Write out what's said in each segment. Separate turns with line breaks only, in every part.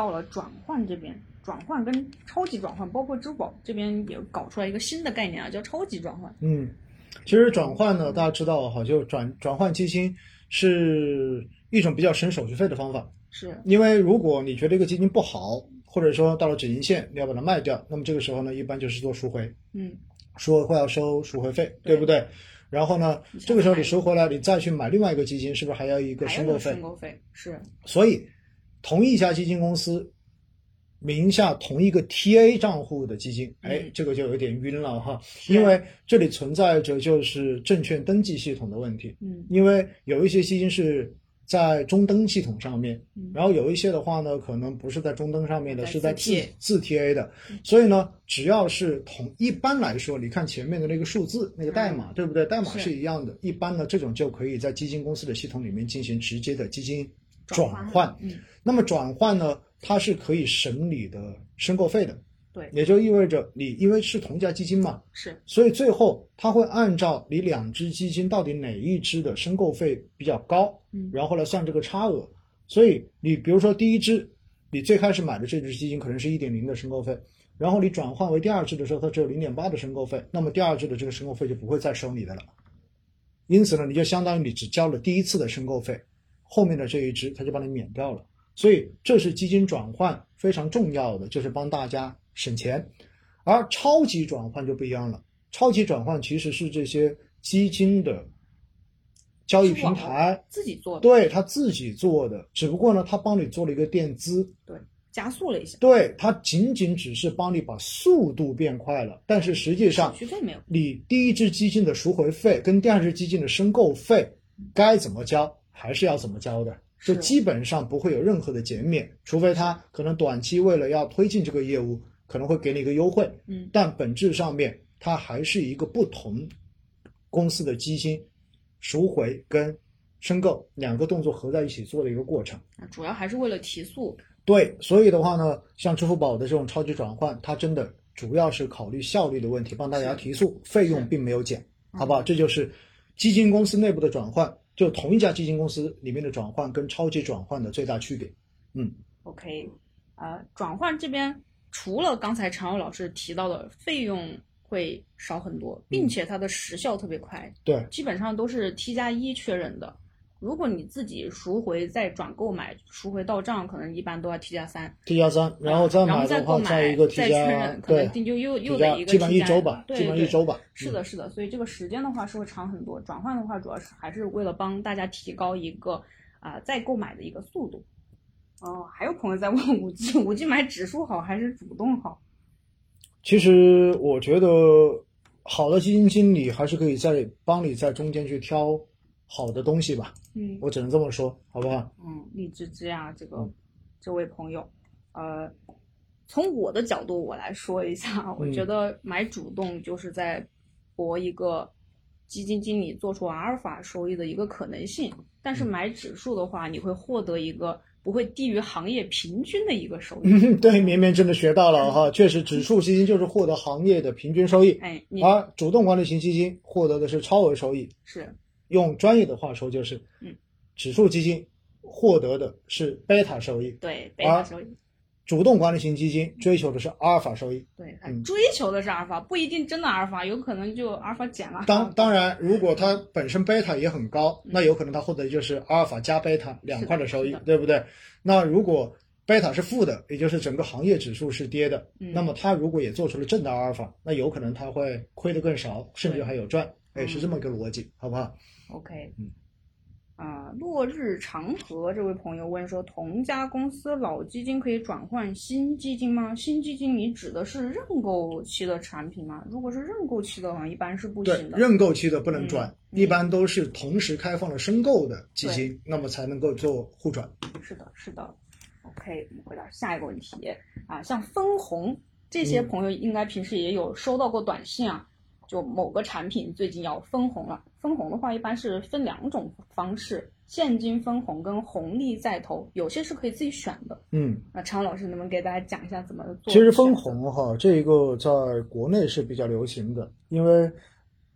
到了转换这边，转换跟超级转换，包括支付宝这边也搞出来一个新的概念啊，叫超级转换。
嗯，其实转换呢，大家知道哈，就是转转换基金是一种比较省手续费的方法，
是，
因为如果你觉得一个基金不好，或者说到了止盈线，你要把它卖掉，那么这个时候呢，一般就是做赎回，
嗯，
赎回会要收赎回费，
对
对不对？然后呢
你，想
这个时候你赎回来，你再去买另外一个基金，是不是还要一个
还
申
有
购
个
费
申？购费是，
所以，同一家基金公司名下同一个 TA 账户的基金，哎
嗯，
这个就有点晕了哈，因为这里存在着就是证券登记系统的问题，
嗯
因为有一些基金是。在中登系统上面
嗯，
然后有一些的话呢，可能不是在中登上面的，
在
是在
自嗯
自
TA
自 TA 的，所以呢，只要是同一般来说，你看前面的那个数字那个代码，对不对？代码
嗯是
是一样的，一般呢，这种就可以在基金公司的系统里面进行直接的基金
转
转
换
换。
嗯，
那么转换呢，它是可以省你的申购费的，
对，
也就意味着你因为是同一家基金嘛，
是，
所以最后它会按照你两只基金到底哪一只的申购费比较高，
嗯
然后来算这个差额。所以你比如说第一只，你最开始买的这只基金可能是一点零的申购费，然后你转换为第二只的时候，它只有零点八的申购费，那么第二只的这个申购费就不会再收你的了。因此呢，你就相当于你只交了第一次的申购费，后面的这一支它就帮你免掉了。所以这是基金转换非常重要的，就是帮大家省钱。而超级转换就不一样了，超级转换其实是这些基金的交易
是网
平台
自己做的，
对他自己做的，只不过呢，他帮你做了一个垫资，
加速了一下，
对他仅仅只是帮你把速度变快了，但是实际上
手续费没有，
你第一只基金的赎回费跟第二只基金的申购费该怎么交还是要怎么交的，
是
就基本上不会有任何的减免，除非他可能短期为了要推进这个业务，可能会给你一个优惠，
嗯，
但本质上面它还是一个不同公司的基金赎回跟申购两个动作合在一起做的一个过程。
啊主要还是为了提速，
对，所以的话呢，像支付宝的这种超级转换，它真的主要是考虑效率的问题，帮大家提速，费用并没有减，
嗯
好不好？这就是基金公司内部的转换，就同一家基金公司里面的转换跟超级转换的最大区别。嗯，
OK，呃，转换这边除了刚才常友老师提到的费用会少很多，并且它的时效特别快，
嗯对，
基本上都是 T 加一确认的。如果你自己赎回再转购买，赎回到账，可能一般都要 T 加三，
T 加三，然后再
然
买
后再
的
购
话，
买
一个 T
再确
加
认，，可
对
能你就又又
，T
得一个
加基本
T
一
加
周吧，
对
基本
对
一周吧。嗯
是的，是的，所以这个时间的话是会长很多。转换的话，主要是还是为了帮大家提高一个啊、再购买的一个速度。哦，还有朋友在问五 G，五 G 买指数好还是主动好？
其实我觉得，好的基金经理还是可以在帮你在中间去挑好的东西吧，
嗯
我只能这么说，好不好？
嗯，荔枝枝啊，这个
嗯
这位朋友，呃，从我的角度我来说一下，我
嗯
觉得买主动就是在博一个基金经理做出阿尔法收益的一个可能性，但
嗯
是买指数的话，你会获得一个不会低于行业平均的一个收益。
嗯，对，绵绵真的学到了哈，确实，指数基金就是获得行业的平均收益，
哎，你
而主动管理型基金获得的是超额收益。
是
用专业的话说，就是
嗯，
指数基金获得的是贝塔收益，
对贝塔
而
收益，
主动管理型基金追求的是阿尔法收益。
对，
嗯
追求的是阿尔法，不一定真的阿尔法，有可能就阿尔法减了。
当当然，如果它本身贝塔也很高，那有可能它获得就是阿尔法加贝塔两块的
嗯
收
是
益
的，
对不对？那如果贝塔是负的，也就是整个行业指数是跌的，
嗯
那么它如果也做出了正的阿尔法，那有可能它会亏得更少，甚至还有赚。哎，
嗯
是这么一个逻辑，好不好？
OK，
嗯，
啊、落日长河这位朋友问说，同家公司老基金可以转换新基金吗？新基金你指的是认购期的产品吗？如果是认购期的话，一般是不
对
行，的。
认购期的不能转，
嗯
一般都是同时开放了申购的基金，那么才能够做互转。
是的，是的。OK，我们回答下一个问题啊，像分红这些
嗯
朋友应该平时也有收到过短信啊，就某个产品最近要分红了。分红的话，一般是分两种方式，现金分红跟红利再投，有些是可以自己选的。
嗯，
那常老师能不能给大家讲一下怎么做？
其实分，红哈，这个在国内是比较流行的，因为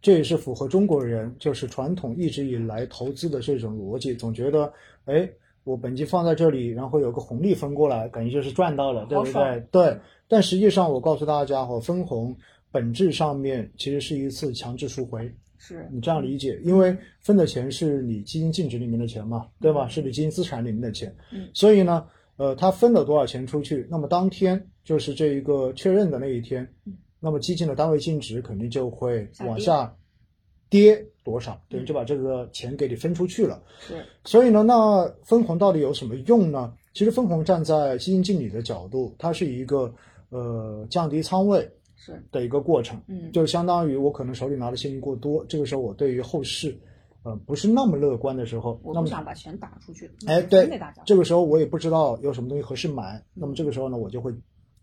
这也是符合中国人就是传统一直以来投资的这种逻辑，总觉得哎，我本金放在这里，然后有个红利分过来，等于就是赚到了，对
好
不对
爽？
对。但实际上，我告诉大家哈，分红本质上面其实是一次强制赎回，
是
你这样理解，因为分的钱是你基金净值里面的钱嘛，对吧？
嗯
是你基金资产里面的钱，
嗯
所以呢，呃，他分了多少钱出去，那么当天就是这一个确认的那一天，
嗯
那么基金的单位净值肯定就会
下跌
往下跌多少，对，
嗯
就把这个钱给你分出去了。
是，
所以呢，那分红到底有什么用呢？其实分红站在基金经理的角度，它是一个呃降低仓位
是，
的一个过程。
嗯，
就相当于我可能手里拿的现金过多，这个时候我对于后市，呃，不是那么乐观的时候，
我
那
不
么
想把钱打出去，
哎
分
对
给大家，
这个时候我也不知道有什么东西合适买，那么这个时候呢，我就会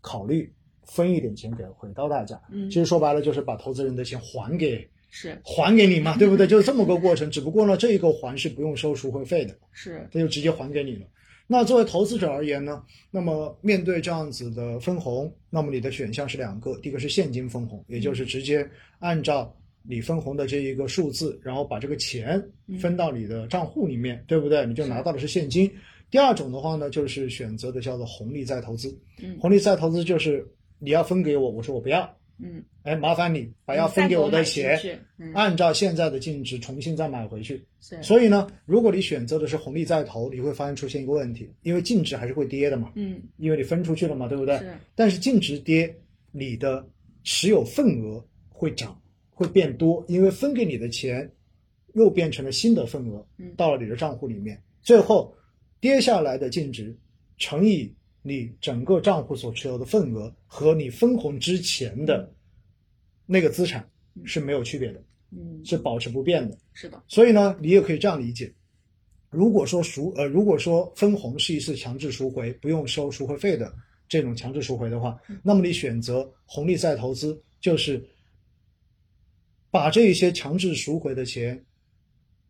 考虑分一点钱给回到大家。
嗯
其，实说白了就是把投资人的钱还给
是
还给你嘛，对不对？就是这么个过程。只不过呢，这一个还是不用收赎回费的，
是，
他就直接还给你了。那作为投资者而言呢，那么面对这样子的分红，那么你的选项是两个，第一个是现金分红，也就是直接按照你分红的这一个数字，然后把这个钱分到你的账户里面，对不对？嗯你就是拿到的是现金。第二种的话呢，就是选择的叫做红利再投资。
嗯
红利再投资就是你要分给我，我说我不要，
嗯，
哎，麻烦你把
还
要分给我的钱，
嗯，
按照现在的净值重新再买回去。
是，
所以呢，如果你选择的是红利再投，你会发现出现一个问题，因为净值还是会跌的嘛，
嗯，
因为你分出去了嘛，对不对？
是，
但是净值跌，你的持有份额会涨，会变多，因为分给你的钱又变成了新的份额
嗯，
到了你的账户里面。最后，跌下来的净值乘以你整个账户所持有的份额和你分红之前的那个资产
嗯
是没有区别的，
嗯，
是保持不变的。
是的，
所以呢，你也可以这样理解：如果说赎呃，如果说分红是一次强制赎回，不用收赎回费的这种强制赎回的话
嗯，
那么你选择红利再投资，就是把这一些强制赎回的钱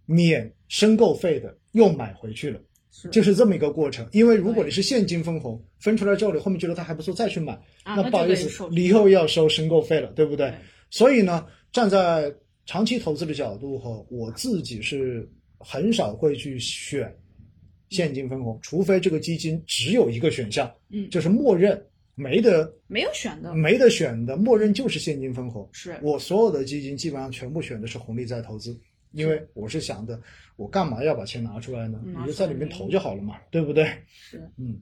免申购费的又买回去了，
是，
就是这么一个过程。因为如果
对
你是现金分红，分出来之后，你后面觉得它还不错，再去买，
啊，
不好
就得
意思
受，
你又要收申购费了，对不对
对？
所以呢，站在长期投资的角度哈，我自己是很少会去选现金分红，除非这个基金只有一个选项，
嗯，
就是嗯默认没得
没有选的，
没得选的，默认就是现金分红。
是，
我所有的基金基本上全部选的是红利再投资，因为我是想的，我干嘛要把钱拿出来呢？
嗯
你就在里面投就好了嘛，对不对？
是。
嗯，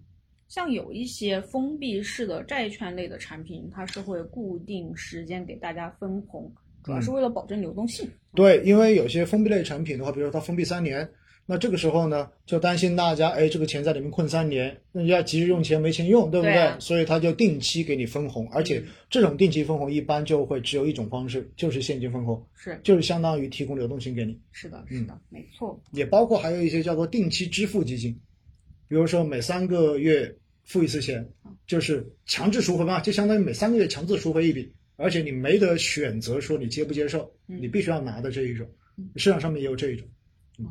像有一些封闭式的债券类的产品，它是会固定时间给大家分红，主
嗯
要是为了保证流动性。
对，因为有些封闭类产品的话，比如说它封闭三年，那这个时候呢，就担心大家，哎，这个钱在里面困三年，那要急着用钱没钱用，对不对？
对啊
所以它就定期给你分红，而且
嗯
这种定期分红一般就会只有一种方式，就是现金分红，
是
就是相当于提供流动性给你，
是的，
嗯
是的，没错。
也包括还有一些叫做定期支付基金，比如说每三个月付一次钱，就是强制赎回嘛，就相当于每三个月强制赎回一笔，而且你没得选择说你接不接受，
嗯
你必须要拿的这一种
嗯，
市场上面也有这一种。
嗯，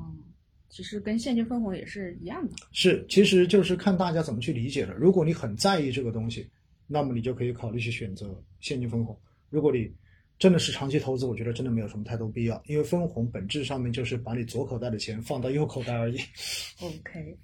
其实跟现金分红也是一样的。
是，其实就是看大家怎么去理解了。如果你很在意这个东西，那么你就可以考虑去选择现金分红。如果你真的是长期投资，我觉得真的没有什么太多必要，因为分红本质上面就是把你左口袋的钱放到右口袋而已。
OK，